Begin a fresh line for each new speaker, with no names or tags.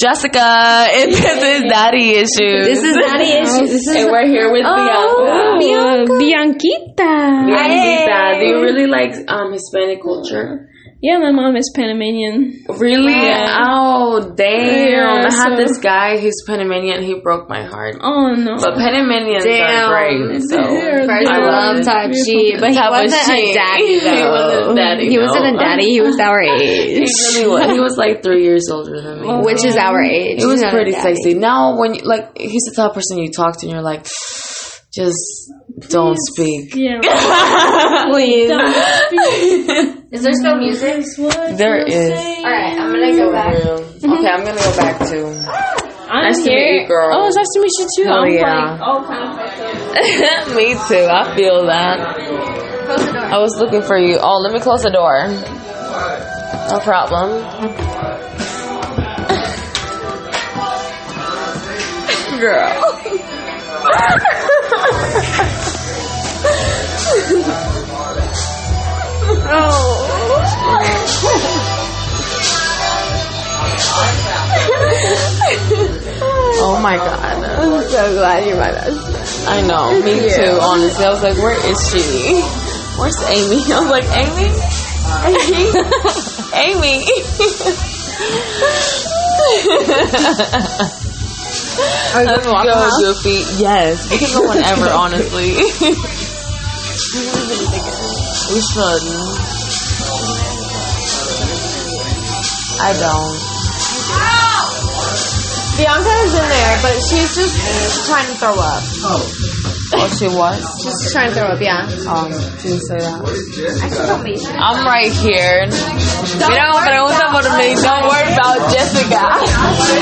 Jessica, and this is Daddy Issues.
This is Daddy
Oh,
Issues. This is
and we're here with
Oh,
Bianca.
Bianca.
Bianquita.
Bianca, do you really like um, Hispanic culture?
Yeah, my mom is Panamanian.
Really?
Yeah.
Oh, damn.
Yeah,
I had
so-
this guy, he's Panamanian, he broke my heart.
Oh no.
But Panamanians
Damn.
are great, so.
They're-
First
I
love
love
type
it.
G, but he
Type of
wasn't
G.
a daddy though.
He wasn't a daddy,
He wasn't
no.
a daddy. He was our
He
age,
really was. He was like three years older than me.
which is our age.
It was
He's not a
pretty
daddy.
sexy. Now, when you, like he's the type of person you talk to, and you're like, just don't speak.
Yeah.
Please.
there
Is there still music?
is.
All right, I'm gonna go back.
Okay, I'm gonna go back to
I'm
Nice to meet
here.
you, girl.
Oh, it's nice to meet you too.
Hell
I'm
yeah.
like, oh, kind of fucked up.
me too. I feel that.
Close the door.
I was looking for you. Oh, let me close the door. No problem. Girl. Oh my god.
I'm so glad you're my best.
I know, me too, honestly. I was like, where is she? Where's Amy? I was like, Amy? Amy? Amy?
Are you
That's
gonna walk the house?
so goofy. Yes, we can go whenever, honestly. we should. I don't.
Bianca is in there, but she's just trying to throw up.
Oh, she was?
She's just trying to throw up. Yeah.
Oh, she didn't say that.
I should help me.
I'm right here. Mira, pregunta por mí. Don't worry about Jessica.